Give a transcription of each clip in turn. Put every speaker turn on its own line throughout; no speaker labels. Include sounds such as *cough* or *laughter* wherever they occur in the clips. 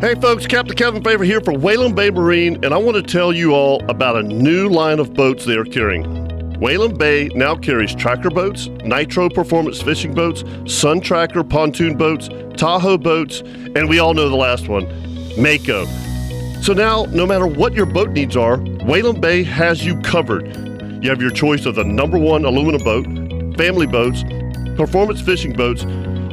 Hey folks, Captain Kevin Favor here for Whalen Bay Marine, and I want to tell you all about a new line of boats they are carrying. Whalen Bay now carries tracker boats, nitro performance fishing boats, sun tracker pontoon boats, Tahoe boats, and we all know the last one, Mako. So now, no matter what your boat needs are, Whalen Bay has you covered. You have your choice of the number one aluminum boat, family boats, performance fishing boats,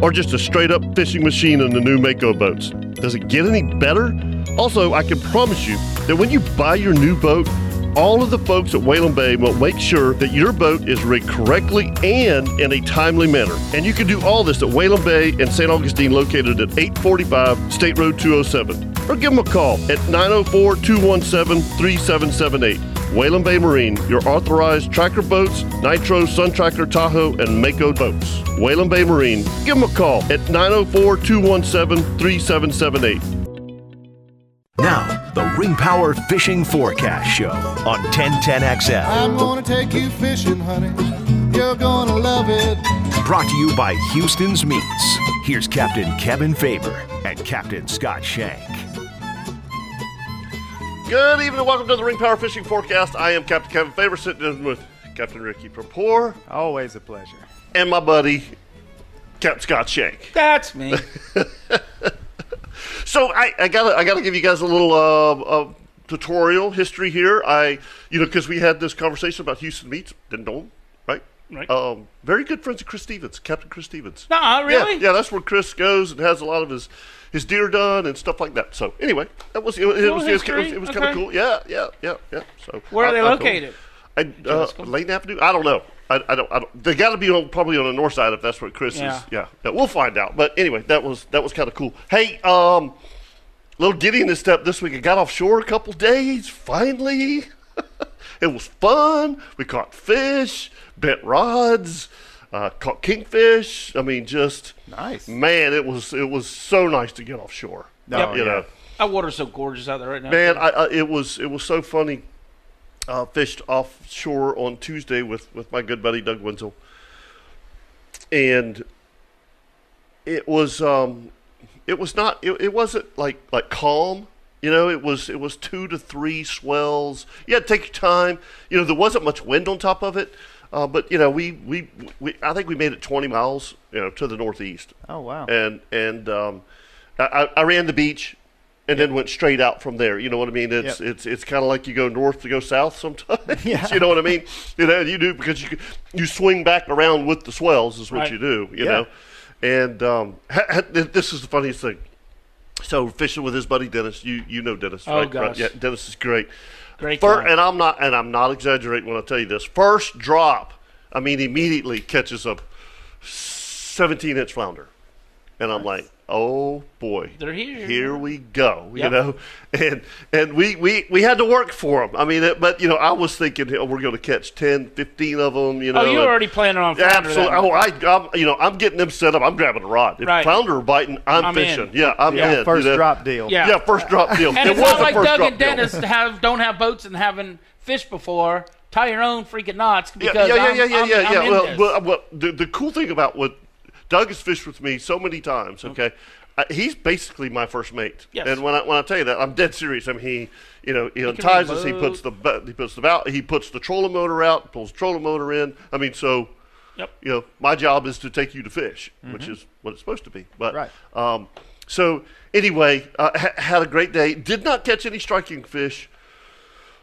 or just a straight up fishing machine in the new Mako boats. Does it get any better? Also, I can promise you that when you buy your new boat, all of the folks at Whalen Bay will make sure that your boat is rigged correctly and in a timely manner. And you can do all this at Whalen Bay in St. Augustine, located at 845 State Road 207. Or give them a call at 904 217 3778. Whalen Bay Marine, your authorized tracker boats, Nitro, Sun Tracker, Tahoe, and Mako boats. Whalen Bay Marine, give them a call at 904 217 3778.
Now, the Ring Power Fishing Forecast Show on 1010XL.
I'm gonna take you fishing, honey. You're gonna love it.
Brought to you by Houston's Meats. Here's Captain Kevin Faber and Captain Scott Shank.
Good evening, welcome to the Ring Power Fishing Forecast. I am Captain Kevin Favor, sitting in with Captain Ricky Perpoor
Always a pleasure.
and my buddy, Captain Scott Shank.
That's
*laughs*
me.
So I, I gotta I gotta give you guys a little uh, uh, tutorial history here. I you know because we had this conversation about Houston meats, didn't know, him, right?
Right.
Um, very good friends of Chris Stevens, Captain Chris Stevens.
Nuh-uh, really?
Yeah, yeah, that's where Chris goes and has a lot of his his deer done and stuff like that. So anyway, that was it, was- it
Cool
was, it was,
history.
it was kind of
Okay.
cool. Yeah, yeah, yeah, yeah. So
Where are
I-
they
I told-
located?
I, uh, Lane Avenue. I don't know. I, I don't. I don't they got to be on, probably on the north side if that's where Chris
Yeah.
is. Yeah. yeah. We'll find out. But anyway, that was that was kind of cool. Hey, um, little giddiness step this week. I got offshore a couple days. Finally, *laughs* it was fun. We caught fish, bent rods, uh, caught kingfish. I mean, just
Nice.
Man, it was it was so nice to get offshore.
Yep.
you know.
That water's so gorgeous out there right now.
Man, I, I, it was it was so funny. Uh, fished offshore on Tuesday with with my good buddy Doug Wenzel, and it was um, it was not it, it wasn't like like calm. You know, it was it was two to three swells. You had to take your time. You know, there wasn't much wind on top of it, uh, but you know, we, we we I think we made it twenty miles. You know, to the northeast
Oh, wow.
and and um, I, I- I ran the beach and then went straight out from there. You know what I mean? It's
Yep.
it's it's kind of like you go north to go south sometimes.
*laughs* Yeah.
*laughs* you know what I mean? You know you do because you you swing back around with the swells is what
Right.
you do. You
Yeah.
know, and um, ha- ha- this is the funniest thing. So fishing with his buddy Dennis, you you know Dennis,
Oh,
right? Right.
gosh.
Yeah, Dennis is great.
Great
Fir-
guy.
and I'm not and I'm not exaggerating when I tell you this. First drop, I mean immediately catches a 17 inch flounder. And I'm like, oh boy,
They're here.
Here we go. You
Yep.
know, *laughs* and and we, we we had to work for them. I mean, it, but you know, I was thinking oh, we're going to catch 10, 15 of them. You know,
oh, you were
and-
already planning on
Yeah,
flounder
absolutely.
that
Oh,
night.
I, I'm, you know, I'm getting them set up. I'm grabbing a rod. If
Right.
flounder are biting, I'm,
I'm in.
fishing. Yeah, I'm
Yeah,
in. you
First
know.
drop deal.
Yeah.
Yeah. first drop deal.
And
it
it's
was
not
a
like
first
Doug
drop
and
deal.
Dennis have, don't have boats and haven't fished before. Tie your own freaking knots
Yeah,
because
yeah, yeah,
I'm,
yeah, yeah,
I'm,
yeah.
I'm in
well,
this.
well, well, the, the cool thing about what Doug has fished with me so many times, okay, I, he's basically my first mate.
Oh. Yes.
And when I when I tell you that, I'm dead serious. I mean, he, you know, he
can
unties
be
us. He
boat.
puts the bu- he puts the bow, he puts the trolling motor out, pulls the trolling motor in. I mean, so.
Yep. Mm-hmm.
You know, my job is to take you to fish, which is what it's supposed to be. But
Right.
um, so anyway, uh, ha- had a great day. Did not catch any striking fish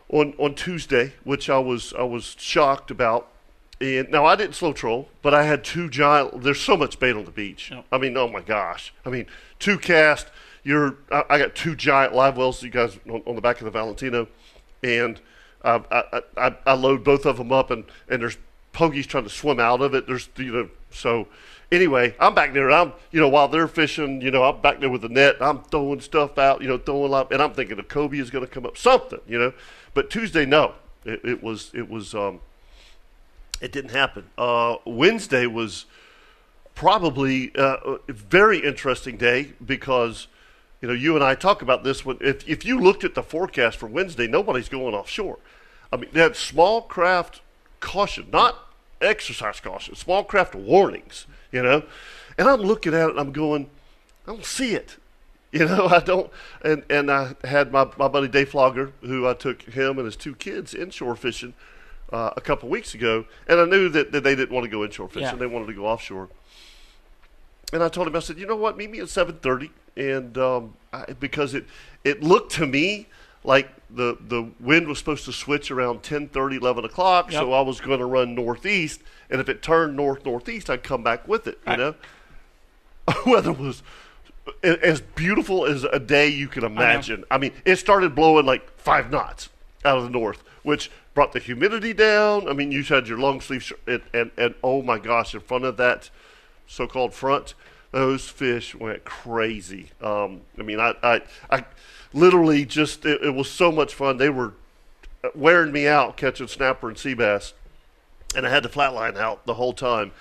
on on Tuesday, which I was I was shocked about. And now I didn't slow troll, but I had two giant. There's so much bait on the beach.
Yep.
I mean, oh my gosh! I mean, two cast. You're I, I got two giant live wells. You guys on, on the back of the Valentino, and uh, I, I, I- I I load both of them up, and and there's pogies trying to swim out of it. There's you know so. Anyway, I'm back there. And I'm you know while they're fishing, you know I'm back there with the net. I'm throwing stuff out, you know throwing up, and I'm thinking the Kobe is going to come up something, you know. But Tuesday, no, it, it was it was um, it didn't happen. Uh, Wednesday was probably uh, a very interesting day because you know you and I talk about this one. If if you looked at the forecast for Wednesday, nobody's going offshore. I mean, they had small craft caution, not exercise caution, small craft warnings. You know, and I'm looking at it, *laughs* and I'm going, I don't see it. You know, I don't. And and I had my, my buddy Dave Flogger, who I took him and his two kids inshore fishing uh, a couple weeks ago, and I knew that, that they didn't want to go inshore fishing;
Yeah.
they wanted to go offshore. And I told him, I said, you know what, meet me at seven thirty, and um, I, because it it looked to me like the the wind was supposed to switch around 10, 11 o'clock, so
Yep.
I was going to run northeast, and if it turned north northeast, I'd come back with it, you
Right.
know *laughs* weather was a- as beautiful as a day you can imagine. I, mean, it started blowing like five knots out of the north, which brought the humidity down. I mean, you had your long sleeve shirt, and, and, and oh my gosh, in front of that so called front, those fish went crazy. Um, I mean, I, I, I literally just, it, it was so much fun. They were wearing me out catching snapper and sea bass and I had the flatline out the whole time.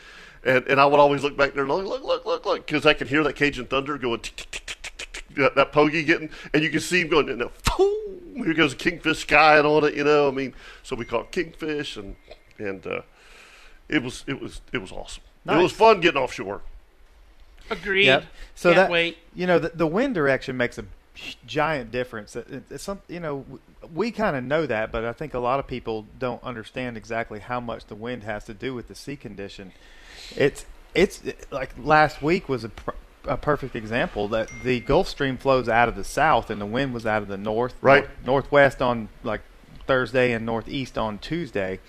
And, and I would always look back there and look, look, look, look, look, because I could hear that Cajun thunder going, tick, tick, tick, tick, tick, tick, tick, that, that pogey getting, and you can see him going, and then, boom, here goes kingfish skying on it, you know. I mean, so we caught kingfish, and and uh, it was it was it was awesome. It was
Nice.
fun getting offshore.
Agreed.
So
Can't
that
wait.
you know the, the wind direction makes a giant difference. It- it- it's some you know w- we kind of know that, but I think a lot of people don't understand exactly how much the wind has to do with the sea condition. It's it's like last week was a, pr- a perfect example that the Gulf Stream flows out of the south and the wind was out of the north,
Right.
northwest on like Thursday and northeast on Tuesday,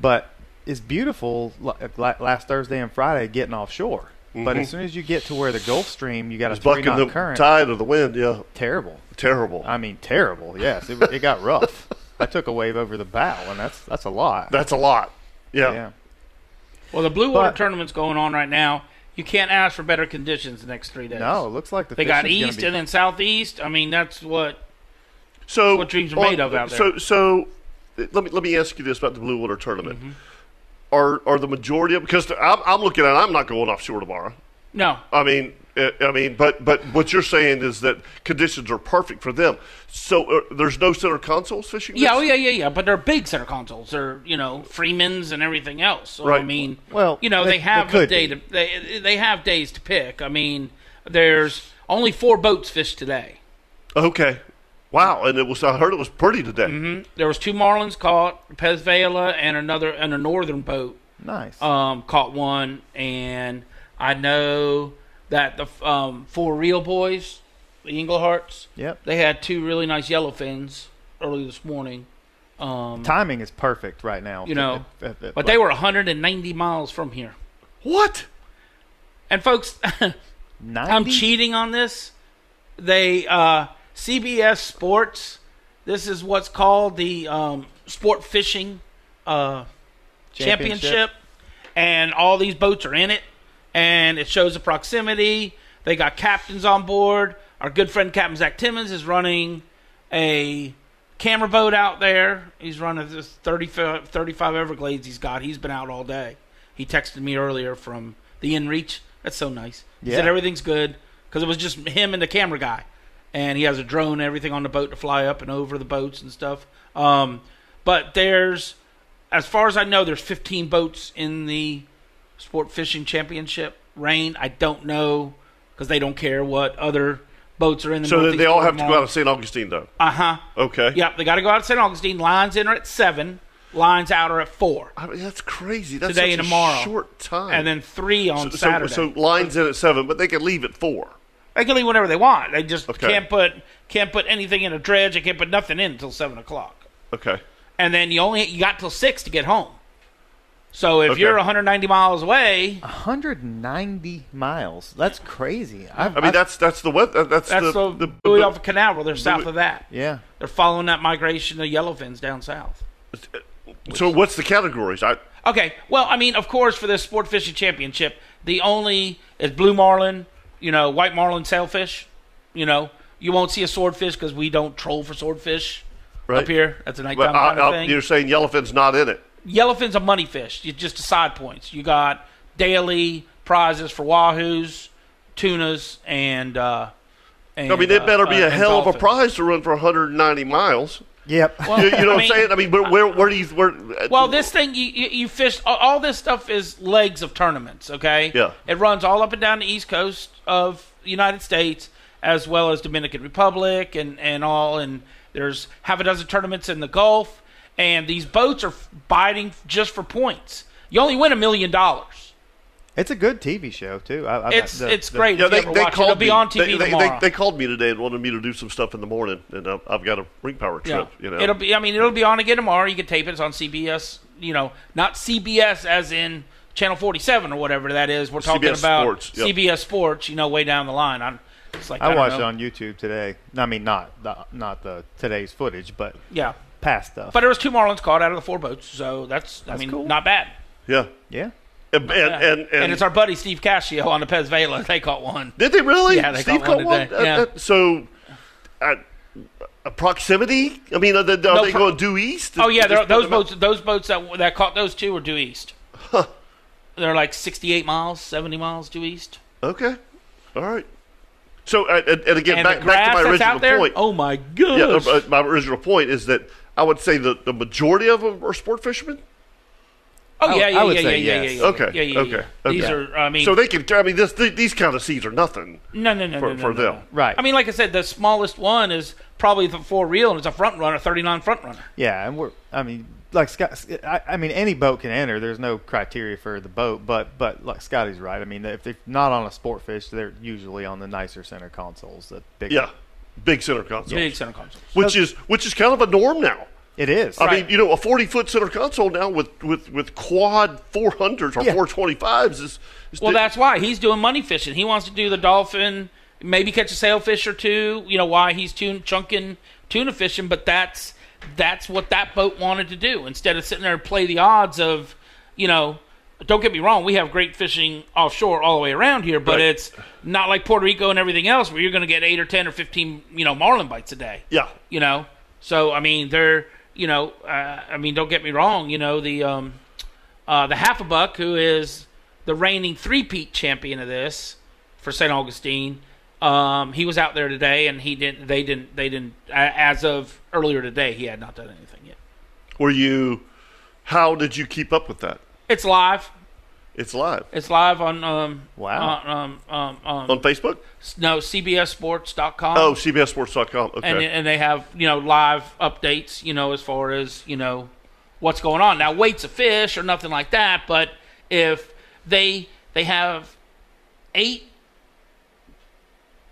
but it's beautiful li- like last Thursday and Friday getting offshore. But as soon as you get to where the Gulf Stream, you got a
It's
three
bucking
knot
the
current.
tide of the wind, yeah,
Terrible.
terrible.
I mean, terrible. Yes, it, it got rough. I took a wave over the bow, and that's that's a lot.
That's a lot. Yeah.
yeah.
Well, the Blue Water
But-
tournament's going on right now. You can't ask for better conditions the next three days.
No, it looks like the
They got
fishing's gonna
east
be-
and then southeast. I mean, that's what.
So
what dreams are made of out there.
So so uh, let me let me ask you this about the Blue Water tournament.
Mm-hmm.
Are are the majority of because I'm, I'm looking at it, I'm not going offshore tomorrow.
No,
I mean uh, I mean but but what you're saying is that conditions are perfect for them. So uh, there's no center consoles fishing.
yeah,
this?
oh yeah, yeah, yeah. But they're big center consoles. They're you know Freeman's and everything else. So, I
Right.
mean,
Well,
you know, they,
they- they
have a
could
day
be.
to they they have days to pick. I mean, there's only four boats fished today.
Okay. Wow, and it was I heard it was pretty today.
There was two marlins caught, Pez Vela, and another and a northern boat
nice.
um, caught one, and I know that the um, four real boys, the Englehearts,
Yep.
they had two really nice yellowfins early this morning. Um,
Timing is perfect right now.
you know,
If- if- if-
but they were 190 miles from here.
What?
And folks, *laughs*
90?
I'm cheating on this. They uh, CBS Sports. This is what's called the um, sport fishing uh, championship. and all these boats are in it, and it shows the proximity. They got captains on board. Our good friend Captain Zach Timmons is running a camera boat out there. He's running this 30, 35 Everglades he's got. He's been out all day. He texted me earlier from the InReach. That's so nice. He said
Yeah.
everything's good because it was just him and the camera guy. And he has a drone and everything on the boat to fly up and over the boats and stuff. Um, but there's, as far as I know, there's 15 boats in the Sport Fishing Championship reign. I don't know because they don't care what other boats are in the
So they- they all have to go out of St. Augustine though.
Uh huh.
Okay.
Yep, they got to go out to St. Augustine. Lines in are at seven. Lines out are at four,
I mean, that's crazy. That's
Today
such
and
a
tomorrow.
short time.
and then three on
so, so,
Saturday.
so lines in at seven, but they can leave at four.
they can leave whenever they want. They just
Okay.
can't put can't put anything in a dredge. They can't put nothing in until seven o'clock,
Okay.
and then you only you got till six to get home. So if
Okay.
you're 190
*laughs*
miles away,
190 miles. That's crazy. I've,
I mean, that's that's the weather. That's,
that's
the,
the,
the,
Buoy Alpha Canal. Well, they're south of that.
yeah.
They're following that migration of yellowfins down south.
So what's the categories? I
Okay. Well, I mean, of course, for this sport fishing championship, the only is blue marlin, you know, white marlin, sailfish. You know, you won't see a swordfish because we don't troll for swordfish
Right.
up here. That's a
well,
nighttime
I,
kind of
I-
thing.
you're saying yellowfin's not in it.
Yellowfin's a money fish. You just the side points. You got daily prizes for wahoos, tunas, and. uh and,
I mean, it
uh,
better be a
uh, and
hell of a
dolphins.
prize to run for 190 miles.
Yep.
You, you know what
I
I'm
mean-
saying? I mean, where where, where do you where? uh,
Well, this thing you you, you fish all- all this stuff is legs of tournaments. Okay.
Yeah.
It runs all up and down the east coast of the United States, as well as Dominican Republic and, and all. And there's half a dozen tournaments in the Gulf. And these boats are biting just for points. You only win a million dollars.
It's a good TV show too. I, I,
It's
the-
it's
the-
great.
Yeah,
if you
they,
ever
they
watch it.
called
It'll be
me.
on TV
they, they-
tomorrow.
They, they called me today and wanted me to do some stuff in the morning, and I've, I've got a ring power trip. You know,
It'll be. I mean, it'll be on again tomorrow. You can tape it. It's on CBS. You know, not CBS as in Channel 47 or whatever that is. We're talking
CBS
about
Sports, yep.
CBS Sports. You know, way down the line. I'm. It's like I,
I
don't
watched it
know.
on YouTube today. I mean, not the, not the today's footage, but
Yeah,
past stuff.
but there was two Marlins caught out of the four boats, so that's. I mean,
cool.
not bad.
yeah.
yeah,
And, and,
Yeah.
and, and-
it's our buddy Steve Cascio on the Pez Vela. They caught one.
did they really?
Yeah, they
Steve
got one today.
Uh,
Yeah.
uh, so, uh, a proximity. I mean, are they, are
No,
they
pro-
going due east?
Oh yeah,
Just
there,
put
those
them out-
boats. Those boats that that caught those two were due east. They're like 68 miles, 70 miles due east.
Okay, all right. So, uh, and, and again,
and
back, back
the grass
to my
that's
original
out there.
point.
Oh my goodness.
Yeah, uh, uh, my original point is that I would say the, the majority of them are sport fishermen.
Oh yeah,
I
yeah,
would
yeah, yeah,
say
yeah, yeah,
yes.
yeah.
Okay,
yeah, yeah,
okay,
yeah.
okay.
These are, I mean,
So they can. I mean, this, th- these kind of seeds are nothing.
no, no, no,
for-
no, no,
for
no,
them.
no.
Right.
I mean, like I said, the smallest one is probably the four reel, and it's a front runner, thirty-nine front runner.
yeah, and we're. I mean, like Scott. I, I mean, any boat can enter. There's no criteria for the boat, but but like Scotty's right. I mean, if they're not on a sport fish, they're usually on the nicer center consoles. The bigger.
Yeah, big center console,
Big center console.
which is which is kind of a norm now.
it is.
I mean, you know, a forty foot center console now with with with quad four hundreds or
Yeah.
four twenty fives is, is
Well,
di-
that's why he's doing money fishing. He wants to do the dolphin, maybe catch a sailfish or two. You know why he's tun- chunking tuna fishing, but that's that's what that boat wanted to do instead of sitting there and play the odds of, you know. Don't get me wrong, we have great fishing offshore all the way around here, but
Right.
it's not like Puerto Rico and everything else where you're going to get 8 or 10 or 15, you know, marlin bites a day
yeah.
you know so i mean they're you know uh, i mean don't get me wrong you know the um uh the half a buck who is the reigning three-peat champion of this for st augustine um he was out there today and he didn't they didn't they didn't a- as of earlier today he had not done anything yet
Were you? How did you keep up with that?
it's live
It's live
it's live on um
Wow.
on, um um, um
on Facebook.
no cbssports.com
Oh, CBSSports.com. Okay.
Um, and and they have you know live updates you know as far as you know what's going on now weights of fish or nothing like that but if they they have eight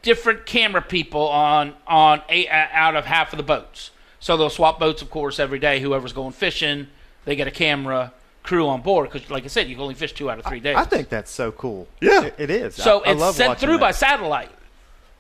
different camera people on on eight, out of half of the boats so they'll swap boats of course every day whoever's going fishing they get a camera crew on board because like i said you can only fish two out of three days
I think that's so cool.
Yeah.
It- it is.
so
I, I
it's
love
sent
watching
through
*laughs*
by
that.
satellite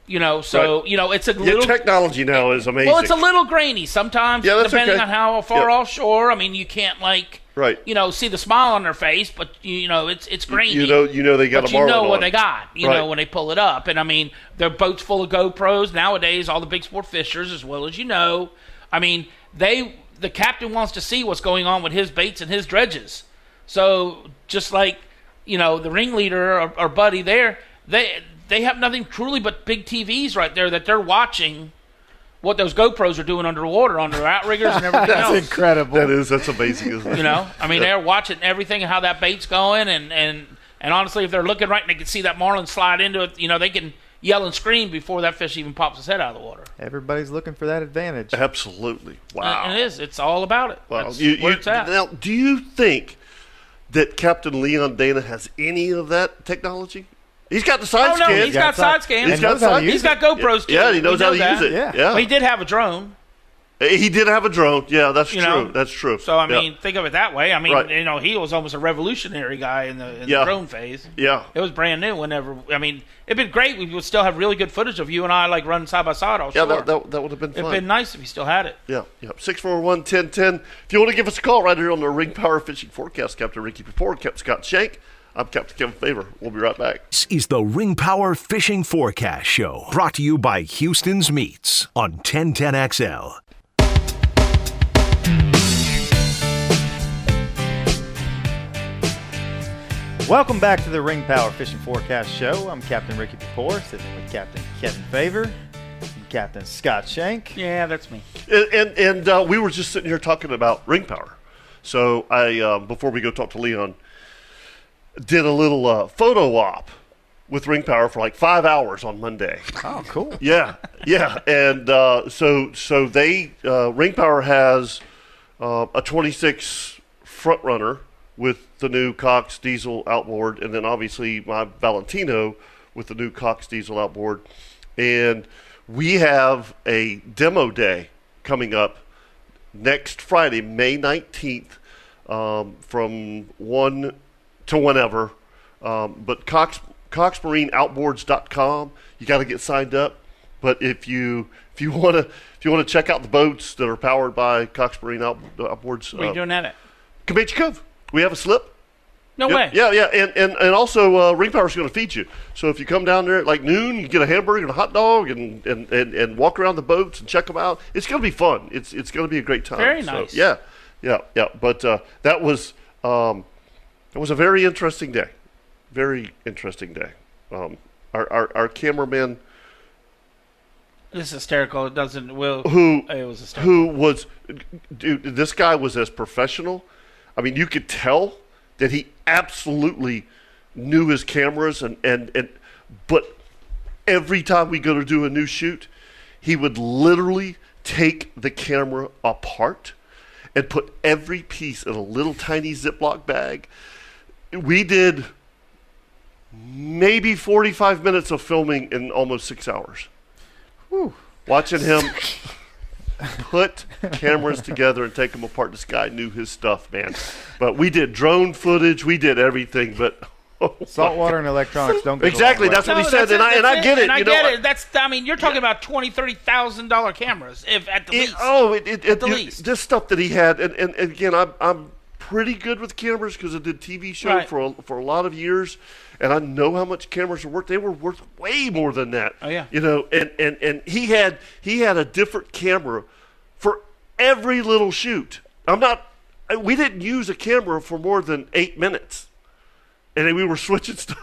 you know so
Right.
you know it's a
yeah,
little
technology now is amazing.
well, it's a little grainy sometimes,
Yeah, that's
depending
okay.
on how far
Yeah.
offshore. I mean, you can't like,
Right.
You know, see the smile on their face, but you, you know, it's it's grainy.
You know, you know they got
but
a
you
marlin
know what
on.
they got. You
Right.
know when they pull it up, and I mean, their boat's full of GoPros nowadays. All the big sport fishers, as well as you know, I mean, they the captain wants to see what's going on with his baits and his dredges. So just like you know the ringleader or, or buddy there, they they have nothing truly but big TVs right there that they're watching what those GoPros are doing underwater
*laughs*
on their outriggers and everything
That's
else.
incredible.
That is that's amazing, isn't it? *laughs*
You know, I mean, they're watching everything and how that bait's going, and and and honestly, if they're looking right and they can see that marlin slide into it, you know, they can yell and scream before that fish even pops his head out of the water.
Everybody's looking for that advantage. *laughs*
Absolutely. Wow.
And Uh, it is. It's all about it.
Wow.
That's
You-
where
you-
it's at.
Now, do you think that Captain Leon Dana has any of that technology? He's got the side
Oh, no,
scan.
he's got side scans.
He's got
knows how to
side-
use
He's got
it.
GoPros too.
Yeah, he knows
We
how
know
to
that.
use it.
Yeah.
Yeah.
Well, he did have a drone.
He did have a drone. Yeah, that's
You
true.
know?
That's true.
So I
Yeah.
mean, think of it that way. I mean,
Right.
you know, he was almost a revolutionary guy in the, in
Yeah.
the drone phase.
yeah.
It was brand new. Whenever I mean, it'd been great. We would still have really good footage of you and I like running side by side. All
Yeah, that, that, that would have been
it'd
fun.
been nice if you still had it.
Yeah, yeah. 641 1010. If you want to give us a call right here on the Ring Power Fishing Forecast, Captain Ricky Before, Captain Scott Shank. I'm Captain Kevin Favor. We'll be right back.
This is the Ring Power Fishing Forecast Show, brought to you by Houston's Meats on 1010XL.
Welcome back to the Ring Power Fishing Forecast Show. I'm Captain Ricky Before, sitting with Captain Kevin Favor, and Captain Scott
*laughs*
Shank.
Yeah, that's me.
And and, and uh, we were just sitting here talking about ring power. So um, I uh, before we go talk to Leon, did a little uh, photo op with Ring Power for like five hours on Monday. *laughs*
Oh, cool.
Yeah, yeah, and uh, so so they uh, Ring Power has uh, a 26 front runner with the new Cox diesel outboard, and then obviously my Valentino with the new Cox diesel outboard, and we have a demo day coming up next Friday, May 19th, um, from one to whenever. Um, but Cox coxmarineoutboards.com. You got to get signed up. But if you if you want to if you want to check out the boats that are powered by Cox Marine Out, Outboards, uh,
What are you doing that at?
Comanche Cove. We have a slip.
No
Yep.
way.
Yeah, yeah, and and, and also uh, Ring Power's going to feed you. So if you come down there at like noon, you get a hamburger and a hot dog, and and, and, and walk around the boats and check them out. It's going to be fun. It's it's going to be a great time.
Very
So,
nice.
yeah, yeah, yeah. But uh, that was um, that was a very interesting day. Very interesting day. Um, our, our our cameraman
This is hysterical. It doesn't. Will
who
It was hysterical.
who was dude this guy was as professional i mean you could tell that he absolutely knew his cameras and and, and but every time we go to do a new shoot he would literally take the camera apart and put every piece in a little tiny ziploc bag we did maybe 45 minutes of filming in almost six hours watching him put cameras together and take them apart. This guy knew his stuff, man. But we did drone footage, we did everything. But *laughs* oh,
Saltwater and electronics don't get
exactly,
along
that's what he
No,
said,
that's
and I and
that's
I get it.
And I
you know,
get it. That's. I mean, you're talking about twenty, thirty thousand dollar cameras, if at the
it-
least.
oh, it, it, it,
the
you-
least.
this stuff that he had, and, and, and again, I'm I'm pretty good with cameras because I did TV show
Right.
for a, for a lot of years, and I know how much cameras are worth. They were worth way more than that.
Oh, yeah.
you know, and and and he had he had a different camera for every little shoot. I'm not. I- We didn't use a camera for more than eight minutes, and then we were *laughs* switching
*laughs*
stuff.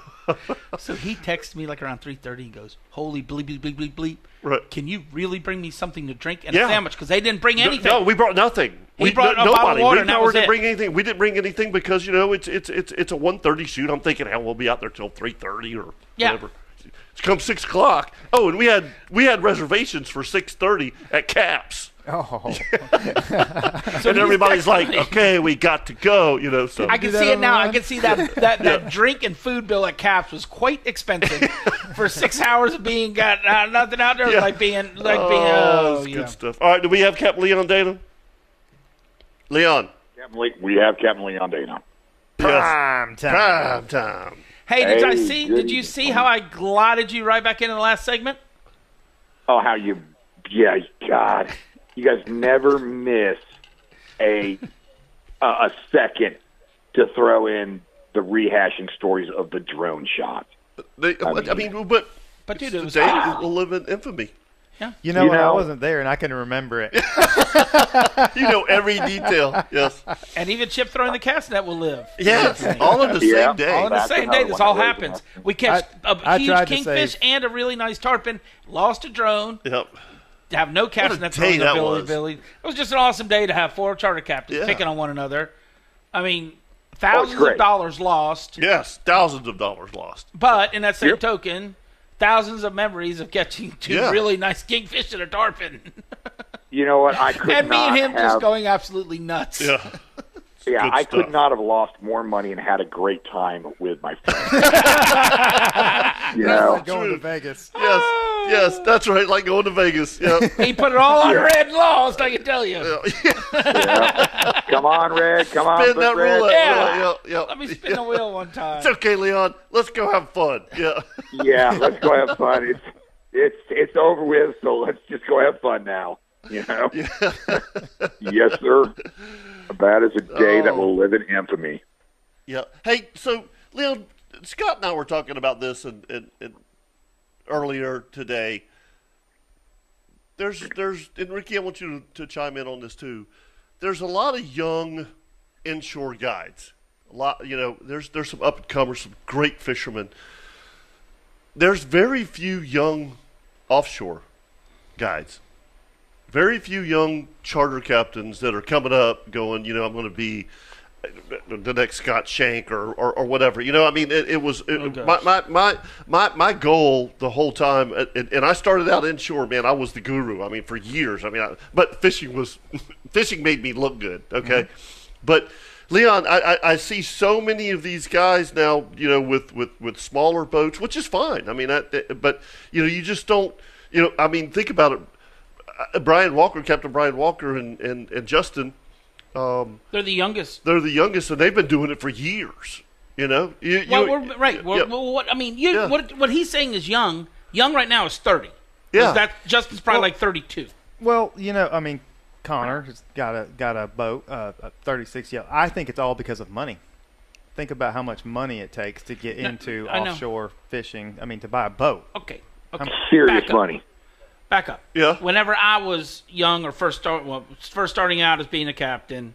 So he texts me like around three thirty and goes, "Holy bleep bleep bleep bleep bleep!
Right.
Can you really bring me something to drink and
Yeah.
a sandwich? Because they didn't bring anything. *laughs*
No, we brought nothing.
We brought
no-
a bottle of
nobody.
water,
Ring
and that
Power
was
didn't
it.
bring anything. We didn't bring anything because you know it's it's it's it's a one thirty shoot. I'm thinking, hell, we'll be out there till three thirty or
Yeah.
whatever. It's come six o'clock. Oh, and we had we had reservations for six thirty at
*laughs*
Caps,
Oh,
and
he's
everybody's like,
definitely-
okay, we got to go. You know, so
*laughs* I can
do that
see it now. I
online?
can see that that, that drink and food bill at Caps was quite expensive
*laughs*
for six hours of being got uh, nothing out there
Yeah.
like being like
oh,
being. Oh,
that's
you
good
know.
stuff. All right, do we have Captain Leon Dana? Leon,
Captain Lee, we have Captain Leon Dana.
yes,
prime time.
prime time.
Hey, did I
Hey,
see?
good
Did you see how I glided you right back into the last segment?
Oh, how you? Yeah, God, you guys never miss a a, a second to throw in the rehashing stories of the drone shot.
They, I, mean,
mean-
but
But dude, it was
they will live in infamy.
You know,
You
what? I
know-
wasn't there, and I can remember it.
You know every
*laughs*
detail. Yes.
and even Chip throwing the cast net will live.
Yes, all in the
Yeah.
same day.
All in the
That's
same day,
another
this
one
all
of those,
happens. We catch
I-
a
I tried
huge
to
kingfish
save-
and a really nice tarpon. Lost a drone.
yep.
Have no captain.
a
That's
day
really
that
ability,
was.
ability. It was just an awesome day to have four charter captains
Yeah.
picking on one another. I mean, thousands of
great.
dollars lost,
Yes, thousands of dollars lost.
but in that same
Yep.
token, thousands of memories of catching two
Yeah.
really nice kingfish and a tarpon,
You know what? I could
and me
not
and him
have,
just going absolutely nuts.
Yeah.
Yeah,
good
I
stuff.
could not have lost more money and had a great time with my
*laughs*
friends. you know,
Like going
True.
to Vegas.
Yes. Yes, that's right. Like going to Vegas. Yep.
He put it all on red and lost. I can tell you.
come on, Red, come on,
Spin
Big
that
Red.
roulette.
Yeah.
wheel. Yep, yep.
Let me spin the wheel one time.
It's *laughs* okay, Leon. Let's go have fun. Yeah.
yeah, let's go have fun. It's it's it's over with, so let's just go have fun now. You know? *laughs* yes, sir. That is a day that will live in infamy.
Yeah. Hey, so Leon, Scott and I were talking about this and, and, and earlier today. There's there's and Ricky, I want you to, to chime in on this too. There's a lot of young inshore guides. A lot, you know. There's there's some up and comers, some great fishermen. There's very few young offshore guides. Very few young charter captains that are coming up, going, you know, I'm going to be the next Scott Shank or, or, or whatever. You know, I mean, it, it was it, my, my, my, my, my goal the whole time, uh, and, and I started out inshore, man. I was the guru. I mean, for years. I mean, I, but fishing was *laughs* fishing made me look good. Okay, but Leon, I, I, I see so many of these guys now. You know, with with with smaller boats, which is fine. I mean, I, but you know, you just don't. You know, I mean, think about it. Uh, Brian Walker, Captain Brian Walker, and and, and Justin. Um,
They're the youngest.
they're the youngest, and they've been doing it for years. You know, you, you-
Well, we're, right. We're,
yeah.
well, what I mean, you,
Yeah.
what what he's saying is young. Young right now is thirty. 'Cause
Yeah.
That Justin's probably like thirty-two.
Well, you know, I mean, Connor has got a got a boat, uh, a 36 yellow. I think it's all because of money. Think about how much money it takes to get into
I know.
offshore fishing. I mean, to buy a boat.
Okay. Okay.
Serious
Back up.
money.
Back up.
Um, Yeah.
Whenever I was young or first start, well, first starting out as being a captain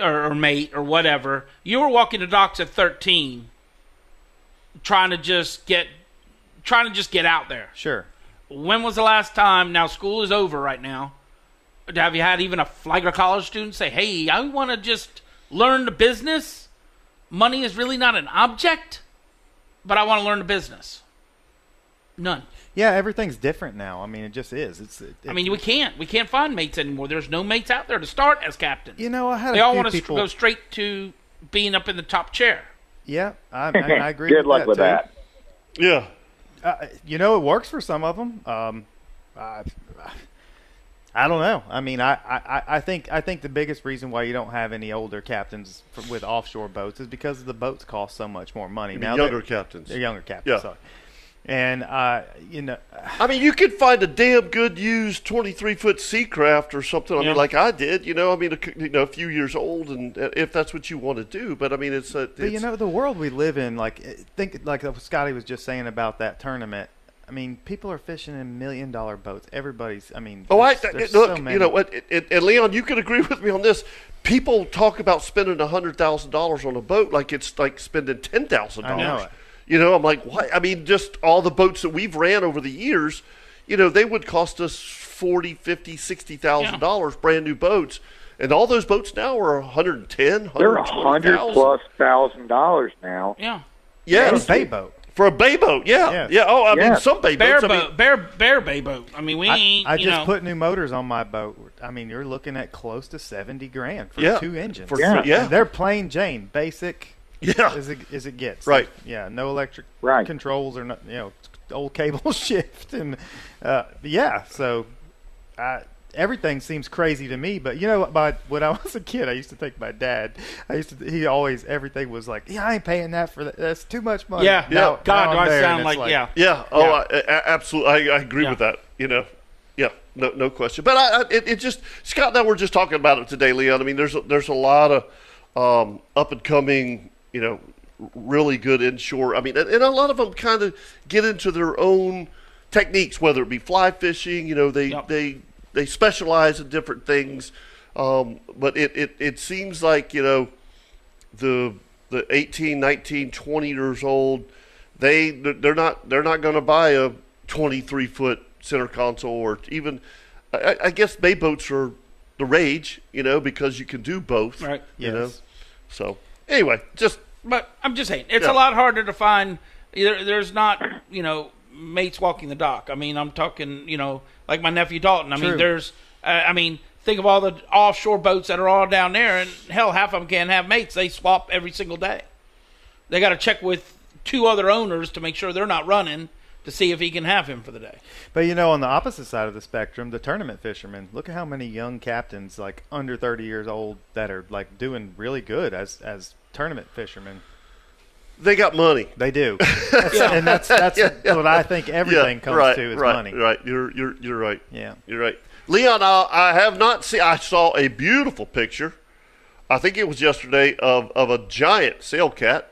or, or mate or whatever, you were walking the docks at thirteen, trying to just get, trying to just get out there.
Sure.
When was the last time? Now school is over right now. Have you had even a Flagler College student say, "Hey, I want to just learn the business. Money is really not an object, but I want to learn the business." None.
Yeah, everything's different now. I mean, it just is. It's. It,
I mean, we can't. We can't find mates anymore. There's no mates out there to start as captain.
you know, I had
they
a
all
few
want to
people.
go straight to being up in the top chair.
yeah, I, I,
*laughs*
I agree.
Good luck with
too.
that.
yeah,
uh, you know, it works for some of them. Um, I, I don't know. I mean, I, I, I think I think the biggest reason why you don't have any older captains for, with offshore boats is because the boats cost so much more money
mean
now.
younger
they're-
captains.
they're younger captains.
Yeah.
Sorry. And uh, you know,
I mean, you could find a damn good used twenty-three foot Seacraft or something. I
Yeah.
mean, like I did. You know, I mean, a, c- you know, a few years old, and uh, if that's what you want to do. But I mean, it's a. It's,
But you know the world we live in, like it- think like what Scotty was just saying about that tournament. I mean, people are fishing in million dollar boats. Everybody's. I mean,
Oh, I,
there's- there's so
look.
many.
you know what? it- it- And Leon, you can agree with me on this. People talk about spending hundred thousand dollars on a boat like it's like spending ten thousand
I know
dollars.
it.
You know, I'm like, why? I mean, just all the boats that we've ran over the years, you know, they would cost us forty, fifty, sixty thousand dollars, brand new boats, and all those boats now are 110,
They're a hundred
120,000.
plus thousand dollars now.
Yeah.
Yeah,
a bay boat.
for a bay boat. Yeah,
Yes.
yeah. Oh, I
Yeah.
mean, some bay
Bear
boats. I
boat,
mean,
bear, bear bay boat. I mean, we
I,
ain't.
I
you
just
know,
put new motors on my boat. I mean, you're looking at close to seventy grand for
Yeah.
two engines.
For- Yeah. yeah.
And they're plain Jane, basic
Yeah.
as it as it gets.
Right.
yeah, no electric
Right.
controls or not. You know, old cable *laughs* shift and uh, yeah. So, I, everything seems crazy to me. But you know, by when I *laughs* was a kid, I used to think my dad. I used to. He always everything was like, yeah, I ain't paying that for that. That's too much money.
yeah.
Now-
God,
now
do
I'm
I
there and
sound
it's
like, yeah.
Yeah. Oh,
Yeah.
I, I, absolutely. I, I agree
Yeah.
with that. You know. Yeah. No, no question. But I, I it, it just Scott and I were just talking about it today, Leon. I mean, there's a, there's a lot of um, up and coming. You know, really good inshore. I mean, and, and a lot of them kind of get into their own techniques, whether it be fly fishing. You know, they
Yep.
they they specialize in different things. Um, but it, it, it seems like you know the the 18, 19, 20 years old, they they're not they're not going to buy a 23 foot center console or even I- I, I guess bay boats are the rage, you know, because you can do both,
Right.
You know,
Yes.
so anyway, just
But I'm just saying, it's
Yeah.
a lot harder to find. There, there's not, you know, mates walking the dock. I mean, I'm talking, you know, like my nephew Dalton. I
True.
mean, there's, uh, I mean, think of all the offshore boats that are all down there, and hell, half of them can't have mates. They swap every single day. They got to check with two other owners to make sure they're not running to see if he can have him for the day.
But you know, on the opposite side of the spectrum, the tournament fishermen. Look at how many young captains, like under thirty years old, that are like doing really good as as tournament fishermen.
they got money.
They
*laughs*
do, That's- and that's that's what I think everything comes
right,
to is
right,
money.
Right, you're you're you're right.
Yeah.
you're right. Leon, I, I have not seen. I saw a beautiful picture. I think it was yesterday of of a giant sail cat.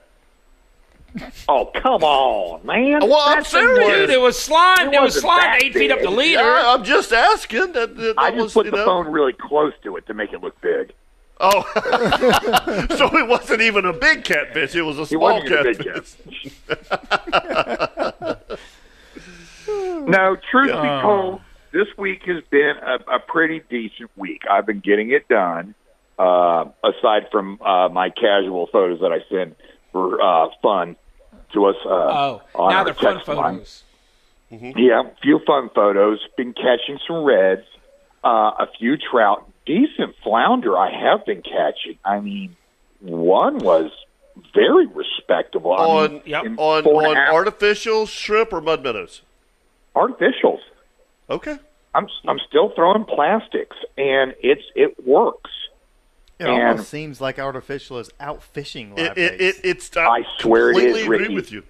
Oh, come on, man.
Well, I'm
That's the
serious.
worst.
Dude, it was slime.
It
It, was
wasn't
slime
that
eight feet up the
big.
leader.
I, I'm just asking. That, that,
I
that
just
was,
put
you
the
know-
phone really close to it to make it look big.
Oh, *laughs* so it wasn't even a big catfish. It was a
He
small
wasn't even a big
catfish. *laughs*
catfish. no, truth be told, this week has been a, a pretty decent week. I've been getting it done. uh, aside from uh, my casual photos that I send for uh, fun to us. Uh,
Oh,
on
now
our
they're fun
text line.
photos. Mm-hmm.
Yeah, a few fun photos. Been catching some reds, uh, a few trout, decent flounder. I have been catching. I mean, one was very respectable I mean,
on
yep,
in
on
four and
on
a half-
artificial shrimp or mud minnows.
artificials.
Okay.
I'm I'm still throwing plastics, and it's it works.
It
And-
almost seems like artificial is out fishing live
It, it, it,
baits.
it's
I swear it is,
completely agree
Ricky.
with you.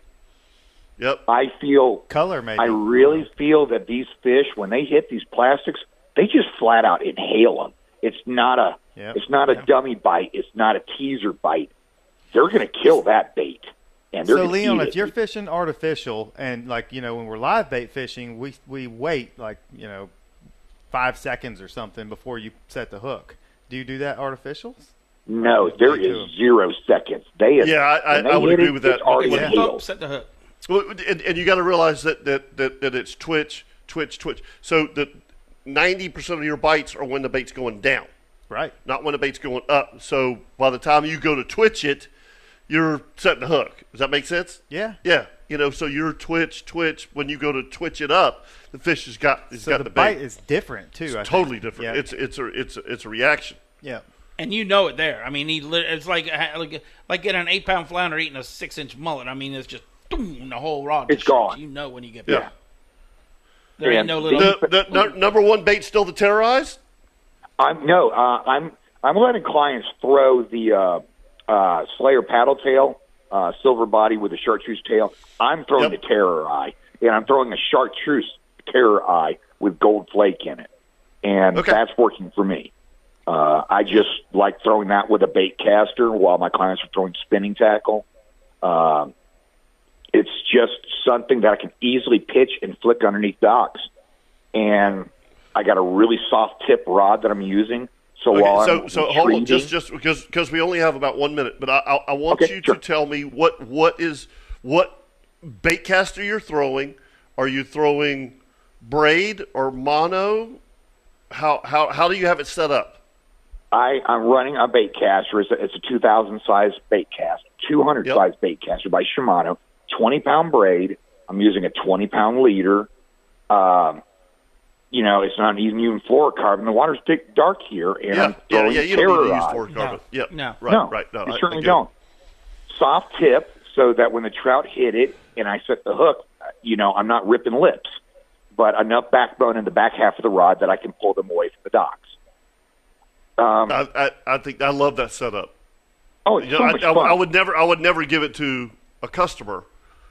Yep.
I feel
color maybe.
I really feel that these fish, when they hit these plastics, they just flat out inhale them. It's not a
Yep.
it's not a dummy bite. It's not a teaser bite. They're going to kill that bait, and they're
so
gonna
Leon,
eat
if
it.
you're fishing artificial and like you know when we're live bait fishing, we we wait like you know five seconds or something before you set the hook. Do you do that artificials?
no, there
Me too.
is zero seconds. They
Yeah, I- I-
when they
I would
hit
agree
it,
with
it's
that.
Already
Yeah.
inhaled.
Bump, set the hook.
Well, and, and you got to realize that, that, that, that it's Twitch, Twitch, Twitch. So the ninety percent of your bites are when the bait's going down,
Right.
not when the bait's going up. So by the time you go to Twitch it, you're setting the hook. Does that make sense?
Yeah.
Yeah. You know, so your Twitch, Twitch. When you go to Twitch it up, the fish has got has
So
got
the,
the,
bite
bait.
is different too. I think.
totally different.
Yeah.
It's it's a it's a, it's a reaction.
yeah.
And you know it there. I mean, he lit, it's like like like getting an eight pound flounder eating a six inch mullet. I mean, it's just boom, the whole rod.
It's
just
gone.
shoots. You know when you get
Yeah.
back. There ain't
And
no
the-
little.
The, the nu- number one bait still the terrorize.
I'm no, uh, I'm I'm letting clients throw the uh, uh, Slayer paddle tail, uh, silver body with a chartreuse tail. I'm throwing
Yep.
the Terror Eye, and I'm throwing a chartreuse Terror Eye with gold flake in it, and
Okay.
that's working for me. Uh, I just like throwing that with a bait caster while my clients are throwing spinning tackle. Um, it's just something that I can easily pitch and flick underneath docks. And I got a really soft tip rod that I'm using. So
Okay,
while
so
I'm
so hold on, just
retrieving-
just because because we only have about one minute, but I I, I want
Okay,
you
sure.
to tell me what what is what baitcaster you're throwing. Are you throwing braid or mono? How how how do you have it set up?
I, I'm running a bait caster. It's a, it's a 2000 size bait cast, 200
Yep.
size bait caster by Shimano, 20 pound braid. I'm using a 20 pound leader. Um, you know, it's not even even fluorocarbon. The water's thick, dark here, and
Yeah,
I'm
yeah,
throwing
yeah. You don't need to use
terror
fluorocarbon. carbon. Yeah,
no.
right,
no,
right. No,
you
I- I
certainly
get it.
don't. Soft tip, so that when the trout hit it and I set the hook, uh, you know, I'm not ripping lips, but enough backbone in the back half of the rod that I can pull them away from the docks. Um,
I, I I think I love that setup.
oh, it's
You know,
so
I,
much
I,
fun.
I would never I would never give it to a customer.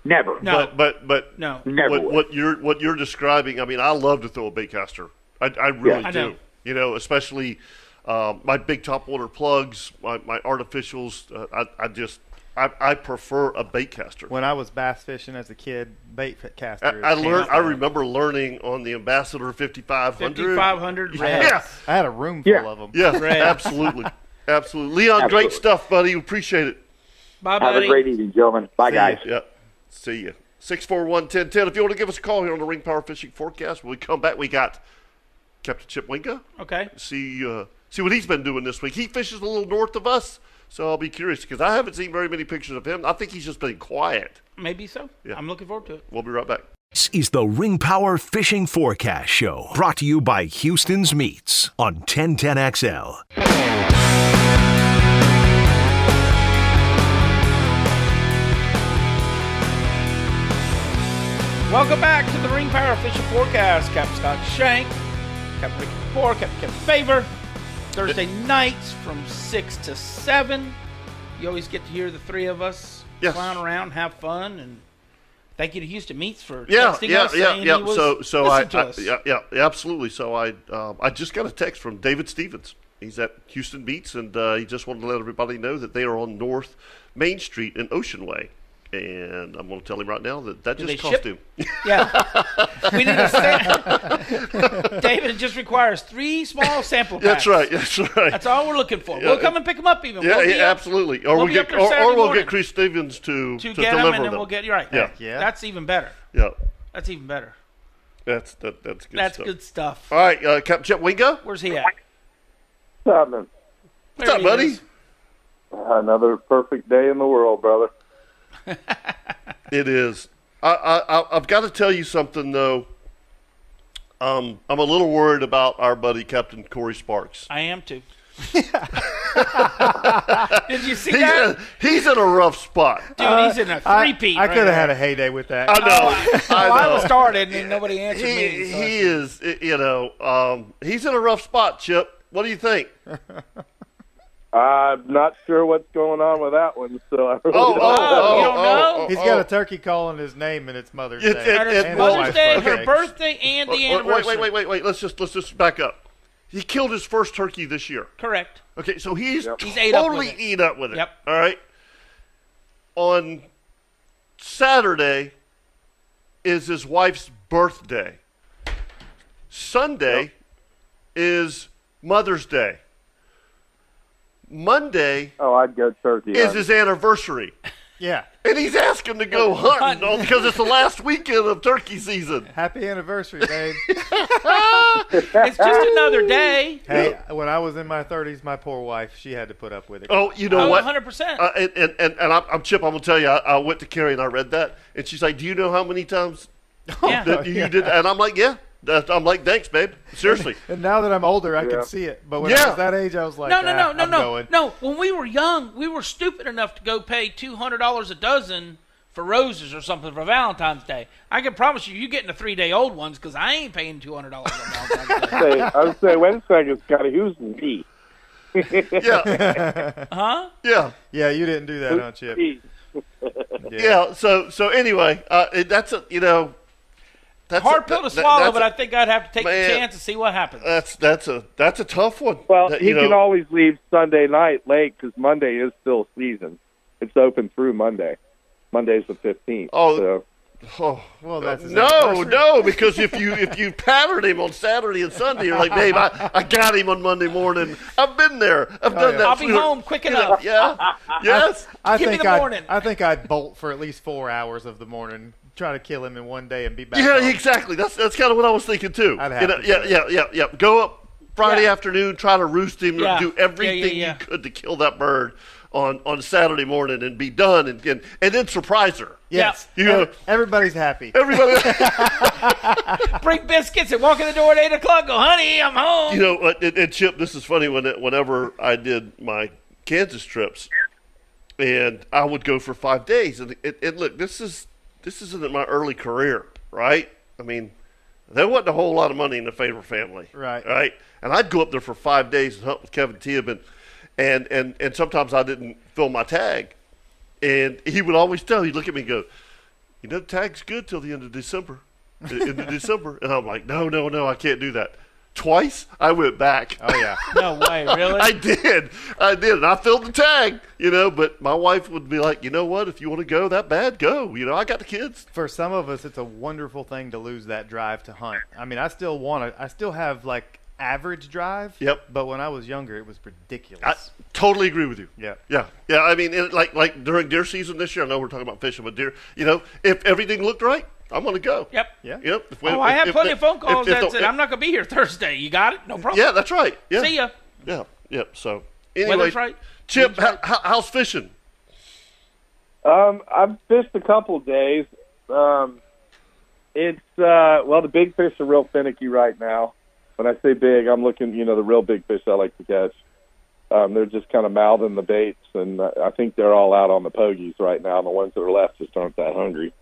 never,
No.
But but but
No.
Never
What,
would.
what you're what you're describing? I mean, I love to throw a baitcaster. I, I really
Yeah.
I
do.
know.
You know, especially um, my big top water plugs, my, my artificials. Uh, I I just I, I prefer a baitcaster.
When I was bass fishing as a kid, bait f- caster.
I,
is
I
hands
learned. I
down.
remember learning on the Ambassador 5500.
5500
Yeah.
red.
I had a room full
Yeah.
of them.
Yeah,
Right.
absolutely, absolutely. Leon,
Absolutely.
great stuff, buddy. We appreciate it.
Bye,
Have
buddy.
a great evening, gentlemen. Bye,
See ya.
guys.
Yeah. See you. 641 1010. If you want to give us a call here on the Ring Power Fishing Forecast, when we come back, we got Captain Chip Winka.
Okay.
See, uh, see what he's been doing this week. He fishes a little north of us, so I'll be curious because I haven't seen very many pictures of him. I think he's just been quiet.
Maybe so. I'm looking forward to it.
We'll be right back.
This is the Ring Power Fishing Forecast Show, brought to you by Houston's Meats on 1010XL.
Welcome back to the Ring Power Official Forecast. Captain Scott Shank, Captain Ricky Four, Captain Kevin Favor. Thursday nights from 6 to 7. You always get to hear the three of us
Yes.
clown around, have fun, and thank you to Houston Meats for
Yeah,
texting
yeah,
us.
yeah,
saying he
yeah.
was
So, so I,
listening to
I
us.
yeah, yeah, absolutely. So I, um, I just got a text from David Stevens. He's at Houston Beats, and uh, he just wanted to let everybody know that they are on North Main Street in Ocean Way. And I'm going to tell him right now that that
Do
just
they
cost
ship?
him. *laughs*
Yeah. we need a sample. *laughs* David, it just requires three small sample
That's
packs.
right. That's right.
That's all we're looking for. We'll come and pick them up even.
yeah,
We'll be
yeah,
up
absolutely. Or
we'll
we'll,
be up
get,
there
or,
Saturday
or we'll
morning
get Chris Stevens to
to
to,
get them,
deliver
and then we'll get you right.
Yeah.
Yeah.
That's even better.
Yeah,
That's even better.
that's that, that's good.
That's
stuff.
good stuff.
All right, uh, Captain Chip Wingo.
Where's he at?
Southern.
What's up,
he
buddy?
is.
Another perfect day in the world, brother.
*laughs* It is. I, I, I- I've got to tell you something though. Um, I'm a little worried about our buddy Captain Corey Sparks.
I am *laughs* too. Did you see
He's in,
that?
*laughs* he's in a rough
*laughs*
spot.
Dude, he's in a
I,
three-peat.
I
right
could have
there.
had a heyday with that.
*laughs*
I know. I
Well, I
know.
was started and nobody answered
he,
me. so I
he
said,
is. i- You know, um, he's in a rough spot, Chip. What do you think?
Oh,
I'm not sure what's going on with that one, so I really
Oh, oh,
don't know.
you
oh,
don't
oh,
know?
oh,
He's
oh.
got a turkey calling his name, and it's Mother's
It-
Day.
it-
"That is
and
his
Mother's
Mother's
wife's
Day,
birthday.
her birthday, and the
Wait,
anniversary.
wait, wait, wait, wait, wait. Let's just let's just back up. He killed his first turkey this year.
Correct.
Okay, so he's totally
He's ate up with it.
eat up with it.
Yep.
All right. On Saturday is his wife's birthday. Sunday is Mother's Day. Monday
Oh, I'd go turkey.
is
hunting.
his anniversary.
Yeah.
And he's asking to go hunting on- because it's the last weekend of turkey season.
Happy anniversary,
*laughs*
babe.
It's
*laughs*
just another day.
hey, when I was in my 30s, my poor wife, she had to put up with it.
Oh, you know
Oh,
what?
100%.
Uh, and and, and, and I'm, I'm Chip. I'm gonna tell you. I, I went to Carrie and I read that, and she's like, "Do you know how many times
yeah.
Oh,
that you did?" And I'm like, "Yeah." That's, I'm like, "Thanks, babe.
*laughs*
Seriously."
And now that I'm older, I
Yeah.
can see it. But when
Yeah.
I was that age, I was like,
no, no, no,
"Ah,
no,
I'm
no,
going."
no. When we were young, we were stupid enough to go pay two hundred dollars a dozen for roses or something for Valentine's Day. I can promise you, you getting the three day old ones because I ain't paying two hundred dollars on
*laughs*
Valentine's Day.
Say, I would say, wait a second, Scotty, who's me?
Yeah,
Huh?
yeah,
Yeah, you didn't do that, huh, Chip?
Me.
yeah. So so anyway, uh, it- that's a you know, that's
Hard
a,
pill to
that- that-
swallow,
that's
but
a-
I think I'd have to take
Man. Uh,
the chance and see what happens.
that's that's a that's a tough one.
Well,
That,
he
you know, oh,
can always leave Sunday night late because Monday is still season. It's open through Monday. Monday's the 15th.
Oh,
so.
oh.
Well, that's his
No,
anniversary.
no, because if you if you pattern him on Saturday and Sunday, you're like, babe, I, I got him on Monday morning. I've been there. I've done
Oh, yeah.
that.
I'll be
sweetheart."
home quick
You know,
enough.
Yeah. Yes.
I
Give me
think
the
I,
morning.
I think I'd bolt for at least four hours of the morning, try to kill him in one day, and be
*laughs*
back.
Yeah,
home.
exactly. That's that's kind of what I was thinking too.
I'd have
You know,
to do
yeah, yeah, yeah, yeah. Go up Friday
Yeah.
afternoon, try to roost him,
Yeah.
do
Yeah, yeah,
everything
yeah.
you could to kill that bird on, on Saturday morning and be done, and and, and then surprise her.
Yes.
You know, *laughs*
Everybody's happy.
*laughs*
everybody.
Bring biscuits and walk in the door at eight o'clock. Go, honey, I'm home.
you know, uh, and, and Chip, this is funny. When it- whenever I did my Kansas trips, and I would go for five days, and, and, and look, this is this isn't my early career, right? I mean, there wasn't a whole lot of money in the Favor family,
Right.
Right, and I'd go up there for five days and hunt with Kevin Tibbin, and and and sometimes I didn't fill my tag, and he would always tell you, look at me, and go, you know, the tag's good till the end of December. End of December, and I'm like, no, no, no, I can't do that. Twice, I went back.
Oh yeah.
No way, really?
I did, I did, and I filled the tag, you know. But my wife would be like, you know what? If you want to go that bad, go. You know, I got the kids.
For some of us, it's a wonderful thing to lose that drive to hunt. I mean, I still want to. I still have like average drive.
Yep.
But when I was younger, it was
I
ridiculous.
totally agree with you.
Yeah.
yeah, yeah. I mean, it, like like during deer season this year, I know we're talking about fishing, but deer, you know, if everything looked right, I'm going to go.
Yep.
Yeah.
Yep. If we-
Oh, I
if-
have
if
plenty
they-
of phone calls
if- if
that
the-
said I'm not gonna be here Thursday. You got it? No
*laughs*
problem.
Yeah, that's right. Yeah.
See ya.
Yeah, yeah. So anyway,
Weather's right.
Chip, how, how, how's fishing?
Um, I've fished a couple of days. Um, it's uh, well, the big fish are real finicky right now. When I say big, I'm looking, you know, the real big fish I like to catch. Um, they're just kind of mouthing the baits, and I I think they're all out on the pogies right now. The ones that are left just aren't that hungry.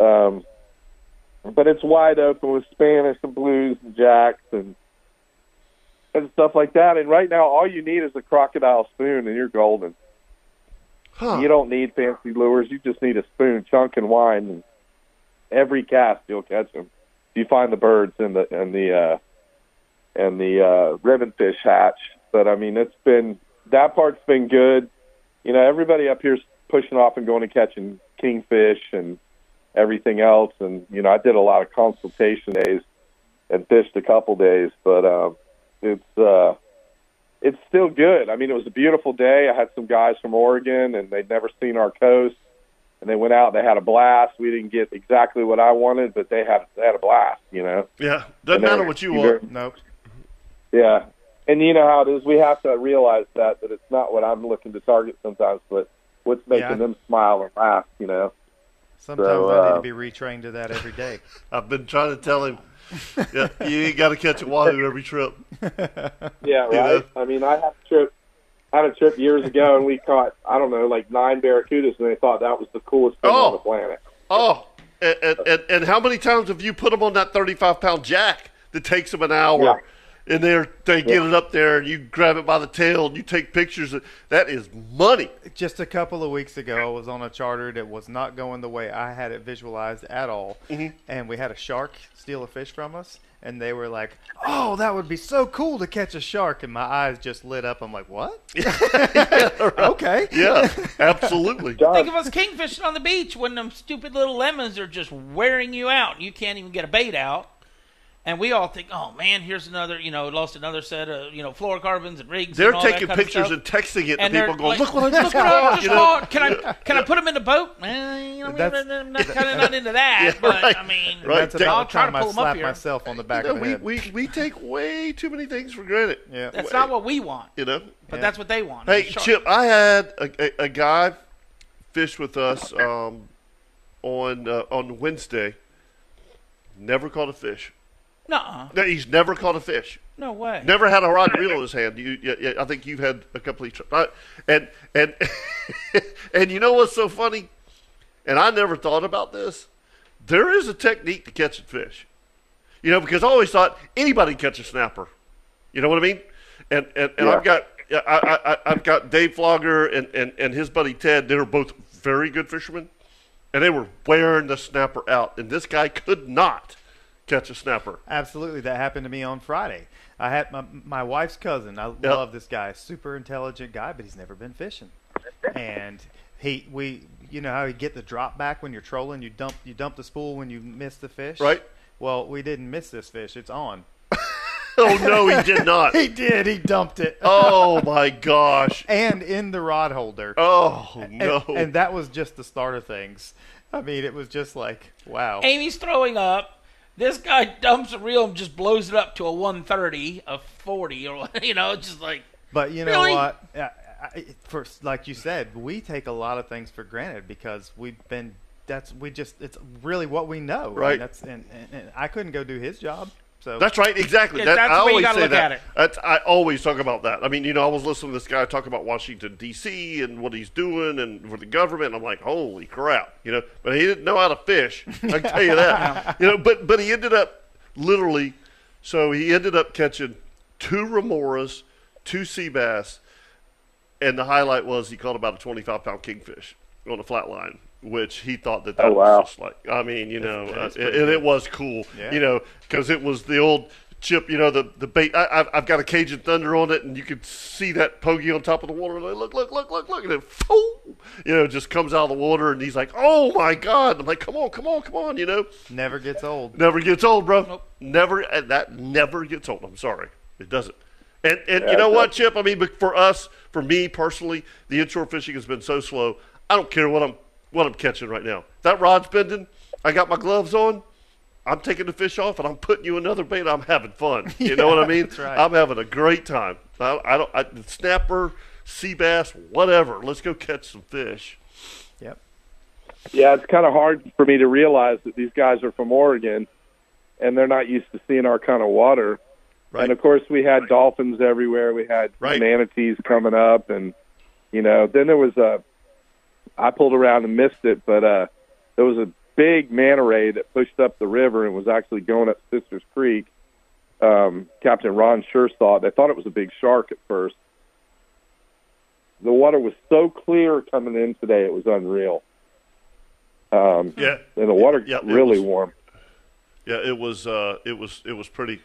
Um, but it's wide open with Spanish and blues and jacks and and stuff like that. And right now, all you need is a crocodile spoon, and you're golden.
Huh.
You don't need fancy lures. You just need a spoon, chunk, and wine. And every cast, you'll catch them. You find the birds and the and the uh, and the uh, ribbonfish hatch. But I mean, it's been that part's been good. You know, everybody up here's pushing off and going and catching kingfish and everything else. And you know, I did a lot of consultation days and fished a couple days, but um, it's. Uh, it's still good. I mean, it was a beautiful day. I had some guys from Oregon, and they'd never seen our coast, and they went out. They had a blast. We didn't get exactly what I wanted, but they had they had a blast. You know,
yeah, doesn't
And they
matter
were-
what you
you very-
want.
nope.
yeah. and you know how it is. We have to realize that that it's not what I'm looking to target sometimes, but what's making
Yeah.
them smile and laugh. You know.
Sometimes
So,
I need
uh,
to be retrained to that every day.
I've been trying to tell him. Yeah, you ain't got to catch a wahoo every trip.
Yeah, right. I mean, I had a trip. I had a trip years ago, and we caught I don't know like nine barracudas, and they thought that was the coolest thing
Oh.
on the planet.
Oh, and, and, and, and how many times have you put them on that 35 pound jack that takes them an hour?
Yeah.
And they're, they get it up there, and you grab it by the tail, and you take pictures. That is money.
Just a couple of weeks ago, I was on a charter that was not going the way I had it visualized at all,
Mm-hmm.
and we had a shark steal a fish from us, and they were like, "Oh, that would be so cool to catch a shark!" And my eyes just lit up. I'm
*laughs*
like, "What? Okay,
Yeah, absolutely.
Think of us kingfishing on the beach when them stupid little lemons are just wearing you out. You can't even get a bait out. And we all think, oh man, here's another, you know, lost another set of, you know, fluorocarbons and rigs.
They're
and all that
taking
kind of
pictures
stuff.
and texting it
And
to
they're
people, going,
like,
"Look
*laughs*
what I just
Look what I
caught!"
just
you know?
caught. Can I can I put them in the boat? Eh, you know,
That's-
*laughs*
I'm not, kind of not into that,
Yeah,
but
right.
I mean,
Right.
that's
I'll
about the
try to
time I
pull 'em up
slap
here.
myself on the back
You know,
of the
we,
head."
we, we take way too many things for granted.
Yeah.
that's not what we want,
You know?
but that's what they want.
Hey,
It's a shark.
Chip, I had a, a, a guy fish with us um, on uh, on Wednesday. Never caught a fish.
Nuh-uh.
No, he's never caught a fish.
no way.
Never had a rod and reel in his hand. You, yeah, yeah, I think you've had a couple of trips. I- And and *laughs* and you know what's so funny? And I never thought about this. There is a technique to catching fish. You know, because I always thought anybody can catch a snapper. You know what I mean? And and, and I've got I, I, I- I've got Dave Flogger and, and, and his buddy Ted. They were both very good fishermen, and they were wearing the snapper out. And this guy could not catch a snapper.
Absolutely, that happened to me on Friday. I had my, my wife's cousin. I love this guy, super intelligent guy, but he's never been fishing. And he, we, you know how you get the drop back when you're trolling. You dump, you dump the spool when you miss the fish.
Right.
Well, we didn't miss this fish. It's on.
Oh no, he did not.
*laughs* He did. He dumped it.
Oh my gosh.
*laughs* And in the rod holder.
Oh
And-
no.
And, that was just the start of things. I mean, it was just like, wow.
Amy's throwing up. This guy dumps a reel and just blows it up to a 130, a 40, or *laughs* you know, just like
But you know
Really?
what? I, I, for like you said, we take a lot of things for granted because we've been. That's we just. It's really what we know. and
Right.
that's and, and, and I couldn't go do his job. So
that's right, exactly.
Yeah,
That,
that's
I
the way you
always
gotta
say
look
that.
at it.
That's, I always talk about that. I mean, you know, I was listening to this guy talk about Washington D.C. and what he's doing and for the government. I'm like, holy crap, you know. But he didn't know how to fish. I can tell you
*laughs*
that. you know, but but he ended up literally. So he ended up catching two remoras, two sea bass, and the highlight was he caught about a 25 pound kingfish on a flat line which he thought that that
Oh, wow.
was just like i mean you know uh,
that's
and
pretty
and it was cool
Yeah.
you know because it was the old chip you know the, the bait I, I've, I've got a cajun thunder on it and you could see that pogey on top of the water like, look look look look look and it boom, you know just comes out of the water and he's like oh my god i'm like come on come on come on you know
never gets old.
Never gets old, bro.
Nope.
Never and that never gets old. I'm sorry, it doesn't. And and you know what, Chip? I mean, but for us, for me personally, the inshore fishing has been so slow. I don't care what I'm what I'm catching right now. That rod's bending. I got my gloves on. I'm taking the fish off and I'm putting you another bait. I'm having fun. You know what I mean?
that's right.
I'm having a great time. I, I don't I, snapper, sea bass, whatever. Let's go catch some fish.
Yep.
Yeah, it's kind of hard for me to realize that these guys are from Oregon, and they're not used to seeing our kind of water.
Right.
And of course, we had dolphins everywhere. We had
Right.
manatees coming up, and you know, then there was a. I pulled around and missed it, but uh, there was a big manta ray that pushed up the river and was actually going up Sisters Creek. Um, Captain Ron Sure saw it. They thought it was a big shark at first. The water was so clear coming in today; it was unreal. Um,
Yeah.
and the water
Yeah, it
really
was-
warm.
Yeah, it was uh, it was it was pretty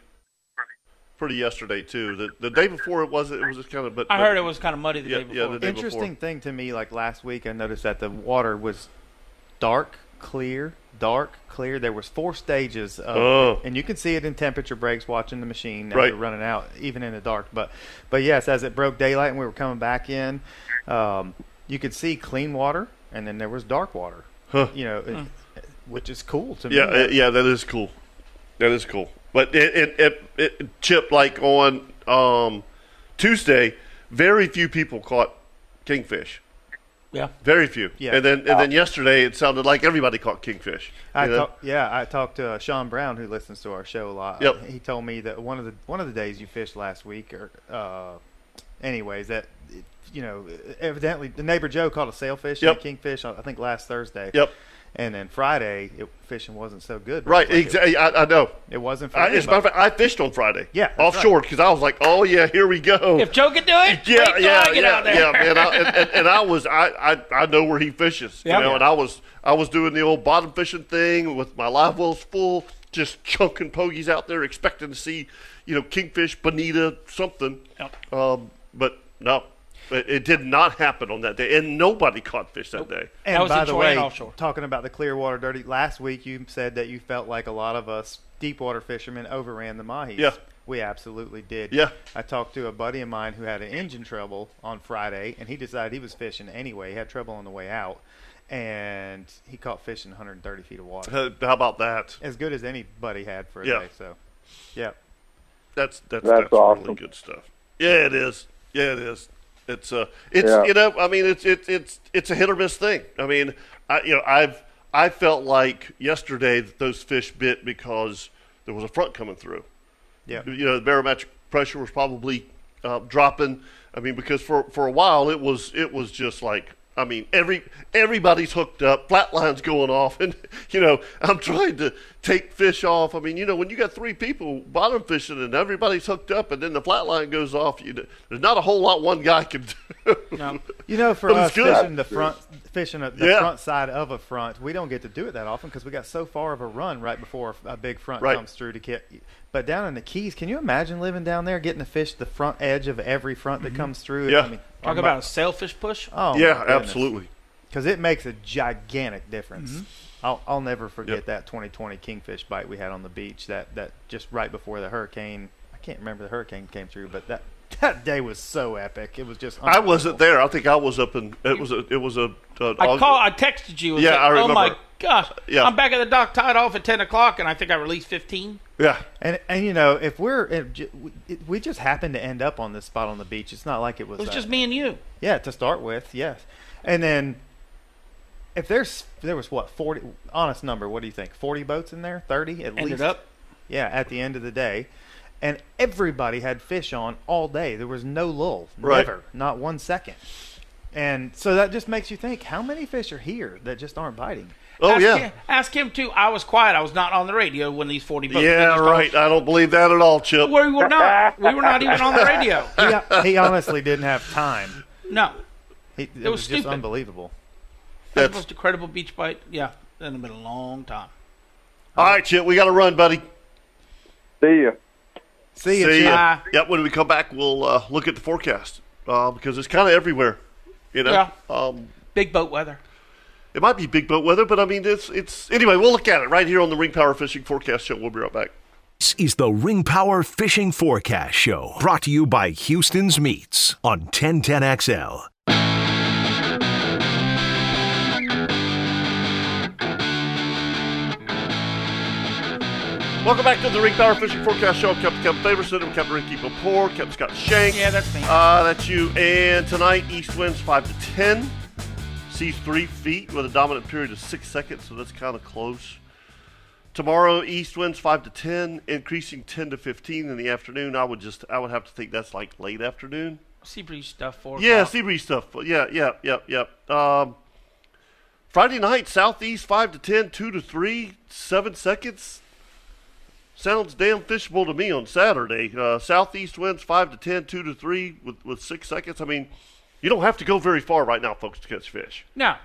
pretty yesterday too. The the day before it wasn't. It was just kind of. But
I heard it was kind of muddy the
Yeah,
day
yeah,
before.
the day
Interesting
before.
thing to me, like last week, I noticed that the water was dark, clear, dark, clear. There was four stages of,
Oh.
and you can see it in temperature breaks watching the machine
Right.
after running out, even in the dark. But, but yes, as it broke daylight and we were coming back in, um, you could see clean water, and then there was dark water. You know, it- which is cool to
Yeah,
me.
uh, yeah, that is cool. That is cool. But it it, it, it chip like on um Tuesday, very few people caught kingfish.
Yeah.
Very few.
Yeah. Uh,
And then and then yesterday it sounded like everybody caught kingfish.
I
you know?
talk, yeah, I talked to uh, Sean Brown, who listens to our show a lot.
Yep.
He told me that one of the one of the days you fished last week, or uh, anyways, that you know, evidently the neighbor Joe caught a sailfish and
Yep.
a kingfish. I think last Thursday.
Yep.
And then Friday, it, fishing wasn't so good.
Right,
It,
exactly. I, I know.
it wasn't for
I, as a matter of
anybody.
fact, I fished on Friday.
Yeah, that's right.
offshore because I was like, "Oh yeah, here we go."
If Joe can do it, wait
yeah,
till
yeah,
I get
yeah,
out there.
yeah, man. I, and, and, and I was, I, I, I know where he fishes,
Yeah.
you know, and I was, I was doing the old bottom fishing thing with my live wells full, just chunking pogies out there, expecting to see, you know, kingfish, bonita, something.
Yep.
Um, but no, it, it did not happen on that day, and nobody caught fish that day.
And
That was
by
in
the
Troy
way,
and offshore.
talking about the Clearwater Dirty, last week you said that you felt like a lot of us deep water fishermen overran the mahis.
Yeah.
We absolutely did.
Yeah.
I talked to a buddy of mine who had an engine trouble on Friday, and he decided he was fishing anyway. He had trouble on the way out, and he caught fish in 130 feet of water.
How how about that?
As good as anybody had for a
Yeah.
day. So, yeah.
That's that's
That's
that's,
awesome.
really good stuff. Yeah, it is. Yeah, it is. It's uh, it's
Yeah.
you know, I mean, it's it's it's it's a hit or miss thing. I mean, I you know, I've I felt like yesterday that those fish bit because there was a front coming through.
Yeah.
You know, the barometric pressure was probably uh, dropping. I mean, because for for a while it was it was just like. I mean, every everybody's hooked up, flat lines going off, *laughs* and you know I'm trying to take fish off. I mean, you know when you got three people bottom fishing and everybody's hooked up, and then the flat line goes off, you know, there's not a whole lot one guy can do.
*laughs* No.
You know, for
But it's
us
good.
fishing the front, fishing at the
Yeah.
front side of a front, we don't get to do it that often because we got so far of a run right before a big front
Right.
comes through to get. But down in the Keys, can you imagine living down there, getting to fish the front edge of every front that comes through?
Mm-hmm. Yeah.
Talk about a selfish push.
*laughs*
oh,
yeah, absolutely.
because it makes a gigantic difference.
Mm-hmm.
I'll, I'll never forget
Yep.
that 2020 kingfish bite we had on the beach. That that just right before the hurricane. I can't remember the hurricane came through, but that *laughs* that day was so epic. It was just.
I wasn't
unbelievable.
there. I think I was up in it was a it was a. Uh,
I call. I texted you. And
Yeah,
said,
I remember.
Oh my gosh!
Yeah.
I'm back at the dock, tied off at ten o'clock, and I think I released fifteen.
yeah.
And and you know, if we're if ju- we- it, we just happened to end up on this spot on the beach, it's not like it was.
It was
uh,
just me and you.
Yeah, to start with, yes. And then, if there's there was what forty honest number, what do you think? Forty boats in there, thirty at
Ended
least.
up.
Yeah, at the end of the day, and everybody had fish on all day. There was no lull,
Right.
never, not one second. And so that just makes you think: how many fish are here that just aren't biting?
Oh
ask
yeah.
Him, ask him too. I was quiet. I was not on the radio when these forty bucks.
Yeah, right. I don't believe that at all, Chip.
We were not. We were not even on
*laughs*
the radio. *laughs*
He, he honestly didn't have time.
No.
He, it,
was
was, just
stupid.
unbelievable.
That's
That's-
most incredible beach bite. Yeah, that has been a long time.
All right, Chip, we got to run, buddy.
See ya.
See, ya,
See
Chip.
ya.
Bye.
Yeah, when we come back, we'll uh, look at the forecast uh, because it's kind of everywhere. You know,
Yeah.
um,
Big boat weather.
it might be big boat weather, but I mean, it's it's anyway. We'll look at it right here on the Ring Power Fishing Forecast Show. We'll be right back.
This is the Ring Power Fishing Forecast Show, brought to you by Houston's Meats on 1010XL.
Welcome back to the Ring Power Fishing Forecast Show. Captain Kevin Favorson, I'm Captain Ricky Bapore, Captain Scott Shank.
Yeah, that's me.
Uh, that's you. And tonight, east winds 5 to 10. Seas 3 feet with a dominant period of 6 seconds, so that's kind of close. Tomorrow, east winds 5 to 10, increasing 10 to 15 in the afternoon. I would just, I would have to think that's like late afternoon.
Sea breeze stuff for.
Yeah, sea breeze stuff. Yeah, yeah, yeah, yeah. Um, Friday night, southeast 5 to 10, 2 to 3, 7 seconds. Sounds damn fishable to me on Saturday. Uh, southeast winds 5 to 10, 2 to 3 with, with 6 seconds. I mean, you don't have to go very far right now, folks, to catch fish.
Now,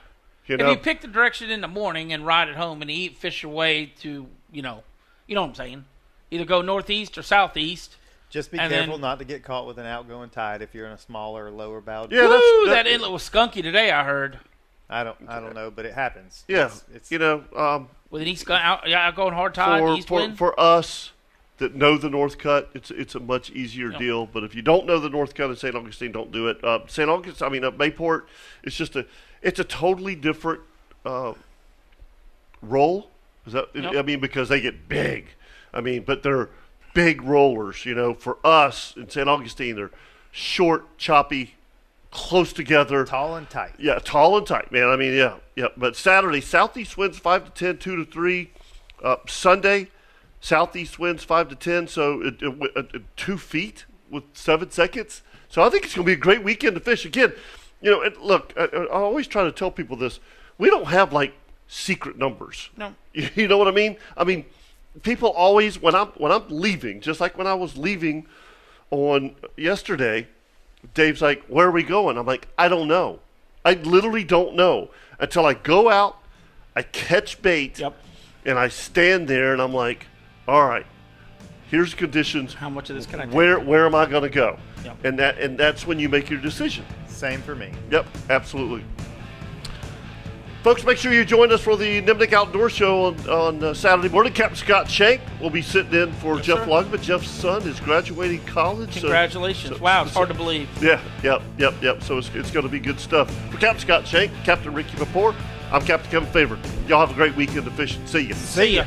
You
if
know?
you pick the direction in the morning and ride it home and eat fish your way to, you know, you know what I'm saying. Either go northeast or southeast.
Just be
And
careful
then-
not to get caught with an outgoing tide if you're in a smaller, lower bow.
Yeah, that's-
Woo,
that-
that inlet was skunky today. I heard
I don't, I don't know, but it happens.
yeah,
It's- it's-
you know, um,
with an east gun out, yeah, outgoing hard tide,
for,
east
for,
wind.
for us that know the North Cut, it's it's a much easier deal. But if you don't know the North Cut in St. Augustine, don't do it. Uh, St. Augustine, I mean, uh, Mayport, it's just a it's a totally different uh, roll. Is that I
Yep.
mean because they get big. I mean, but they're big rollers. You know, for us in St. Augustine, they're short, choppy, close together.
Tall and tight.
Yeah, tall and tight, man. I mean, yeah, yeah. But Saturday, southeast winds five to 10, 2 to three. Uh, Sunday, southeast winds five to ten, so it, it, it, two feet with seven seconds. So I think it's going to be a great weekend to fish. Again, you know, and look, I, I always try to tell people this: we don't have like secret numbers.
No.
You, *laughs* you know what I mean? I mean, people always when I'm when I'm leaving, just like when I was leaving on yesterday, Dave's like, "Where are we going?" I'm like, "I don't know. I literally don't know until I go out, I catch bait,
Yep.
and I stand there and I'm like, all right, here's the conditions.
How much of this can I take?
Where where am I going to go?
Yep.
And that and that's when you make your decision.
Same for me.
Yep, absolutely. Folks, make sure you join us for the Nimnik Outdoor Show on, on uh, Saturday morning. Captain Scott Shank will be sitting in for Jeff
sir.
Longman. Jeff's son is graduating college. so-
Congratulations.
so-
wow, it's
so-
hard to believe.
yeah, yep, yep, yep. So it's, it's going to be good stuff. For Captain Scott Shank, Captain Ricky Vapor, I'm Captain Kevin Favor. Y'all have a great weekend of fishing. See you.
See ya.